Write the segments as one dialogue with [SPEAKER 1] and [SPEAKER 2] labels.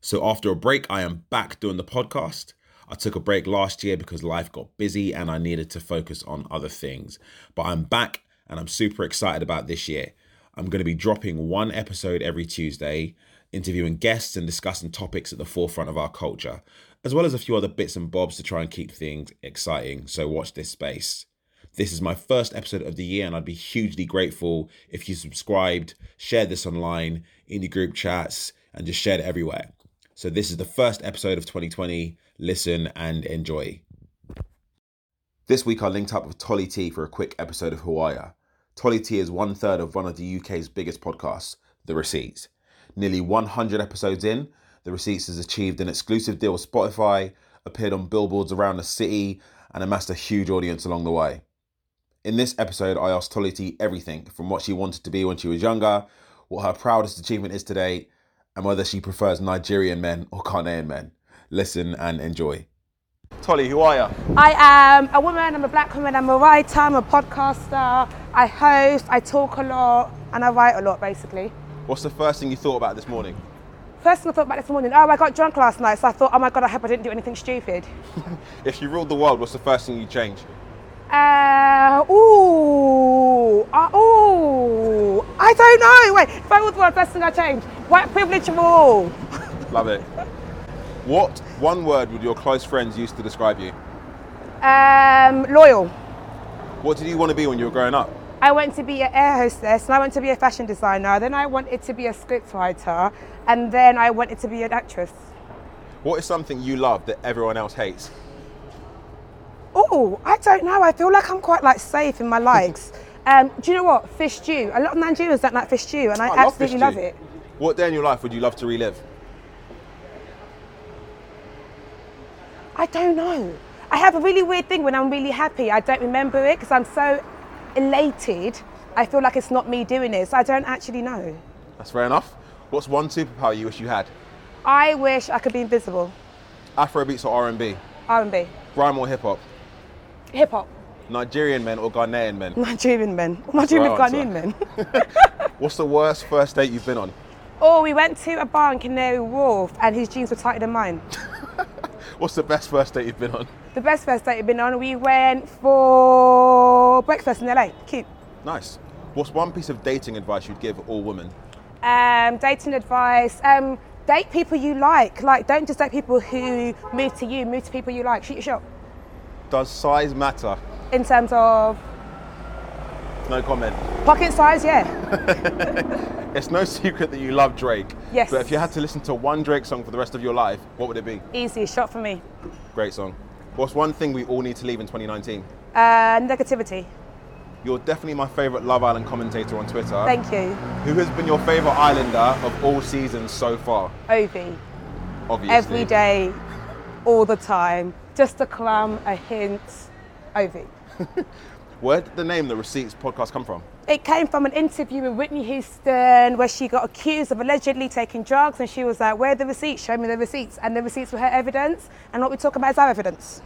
[SPEAKER 1] So after a break, I am back doing the podcast. I took a break last year because life got busy and I needed to focus on other things. But I'm back and I'm super excited about this year. I'm going to be dropping one episode every Tuesday, interviewing guests and discussing topics at the forefront of our culture, as well as a few other bits and bobs to try and keep things exciting. So watch this space. This is my first episode of the year, and I'd be hugely grateful if you subscribed, shared this online, in your group chats, and just shared it everywhere. So, this is the first episode of 2020. Listen and enjoy. This week, I linked up with Tolly T for a quick episode of Hawaii. Tolly T is one third of one of the UK's biggest podcasts, The Receipts. Nearly 100 episodes in, The Receipts has achieved an exclusive deal with Spotify, appeared on billboards around the city, and amassed a huge audience along the way. In this episode, I asked Tolly T everything from what she wanted to be when she was younger, what her proudest achievement is today, and whether she prefers Nigerian men or Ghanaian men. Listen and enjoy. Tolly, who are you?
[SPEAKER 2] I am a woman, I'm a black woman, I'm a writer, I'm a podcaster, I host, I talk a lot, and I write a lot basically.
[SPEAKER 1] What's the first thing you thought about this morning?
[SPEAKER 2] First thing I thought about this morning, oh, I got drunk last night, so I thought, oh my god, I hope I didn't do anything stupid.
[SPEAKER 1] If you ruled the world, what's the first thing you'd change?
[SPEAKER 2] Uh, ooh, uh, ooh, I don't know. Wait, if I was the first thing I change, white privilege rule.
[SPEAKER 1] Love it. What one word would your close friends use to describe you?
[SPEAKER 2] Um, loyal.
[SPEAKER 1] What did you want to be when you were growing up?
[SPEAKER 2] I went to be an air hostess, and I went to be a fashion designer. Then I wanted to be a scriptwriter, and then I wanted to be an actress.
[SPEAKER 1] What is something you love that everyone else hates?
[SPEAKER 2] Oh, I don't know. I feel like I'm quite like safe in my likes. um, do you know what? Fish stew. A lot of Nigerians don't like fish stew, and I,
[SPEAKER 1] love fish
[SPEAKER 2] absolutely love,
[SPEAKER 1] stew.
[SPEAKER 2] it.
[SPEAKER 1] What day in your life would you love to relive?
[SPEAKER 2] I don't know. I have a really weird thing when I'm really happy. I don't remember it because I'm so elated. I feel like it's not me doing it, so I don't actually know.
[SPEAKER 1] That's fair enough. What's one superpower you wish you had?
[SPEAKER 2] I wish I could be invisible.
[SPEAKER 1] Afrobeats or R&B?
[SPEAKER 2] R&B,
[SPEAKER 1] Grime or hip hop?
[SPEAKER 2] hip hop,
[SPEAKER 1] Nigerian men or Ghanaian men?
[SPEAKER 2] Nigerian men, Nigerian
[SPEAKER 1] right
[SPEAKER 2] Ghanaian men.
[SPEAKER 1] What's the worst first date you've been on?
[SPEAKER 2] oh, we went to a bar in Canary Wharf, and his jeans were tighter than mine.
[SPEAKER 1] What's the best first date you've been on?
[SPEAKER 2] The best first date we've been on, we went for breakfast in LA. Cute.
[SPEAKER 1] Nice. What's one piece of dating advice you'd give all women?
[SPEAKER 2] Um, dating advice. Um, date people you like. Like, don't just date people who move to you. Move to people you like. Shoot your shot.
[SPEAKER 1] Does size matter?
[SPEAKER 2] In terms of
[SPEAKER 1] No comment.
[SPEAKER 2] pocket size, yeah.
[SPEAKER 1] It's no secret that you love Drake.
[SPEAKER 2] Yes.
[SPEAKER 1] But if you had to listen to one Drake song for the rest of your life, what would it be?
[SPEAKER 2] Easy shot for me.
[SPEAKER 1] Great song. What's one thing we all need to leave in 2019?
[SPEAKER 2] Uh, negativity.
[SPEAKER 1] You're definitely my favourite Love Island commentator on Twitter.
[SPEAKER 2] Thank you.
[SPEAKER 1] Who has been your favourite Islander of all seasons so far?
[SPEAKER 2] Ovi.
[SPEAKER 1] Obviously.
[SPEAKER 2] Every day, all the time. Just a clum, a hint. Ovi.
[SPEAKER 1] Where did the name The Receipts podcast come from?
[SPEAKER 2] It came from an interview with Whitney Houston where she got accused of allegedly taking drugs and she was like, Where are the receipts? Show me the receipts. And the receipts were her evidence. And what we talk about is our evidence.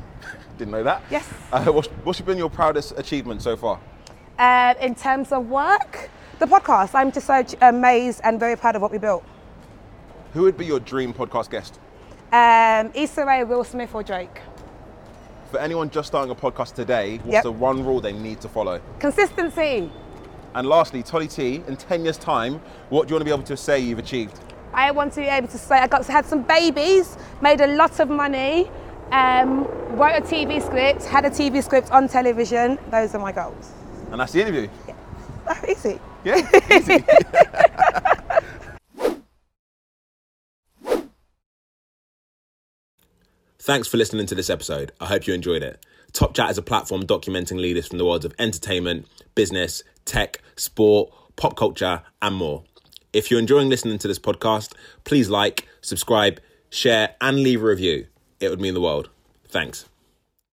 [SPEAKER 1] Didn't know that.
[SPEAKER 2] Yes.
[SPEAKER 1] Uh, what's, what's been your proudest achievement so far?
[SPEAKER 2] Um, in terms of work, the podcast, I'm just so amazed and very proud of what we built.
[SPEAKER 1] Who would be your dream podcast guest?
[SPEAKER 2] Um, Issa Rae, Will Smith, or Drake?
[SPEAKER 1] For anyone just starting a podcast today, what's
[SPEAKER 2] Yep.
[SPEAKER 1] the one rule they need to follow?
[SPEAKER 2] Consistency.
[SPEAKER 1] And lastly, Tolly T, in 10 years' time, what do you want to be able to say you've achieved?
[SPEAKER 2] I want to be able to say I got had some babies, made a lot of money, um, wrote a TV script, had a TV script on television. Those are my goals.
[SPEAKER 1] And that's the interview.
[SPEAKER 2] Easy.
[SPEAKER 1] Yeah, easy. Thanks for listening to this episode. I hope you enjoyed it. Top Chat is a platform documenting leaders from the worlds of entertainment, business, tech, sport, pop culture, and more. If you're enjoying listening to this podcast, please like, subscribe, share, and leave a review. It would mean the world. Thanks.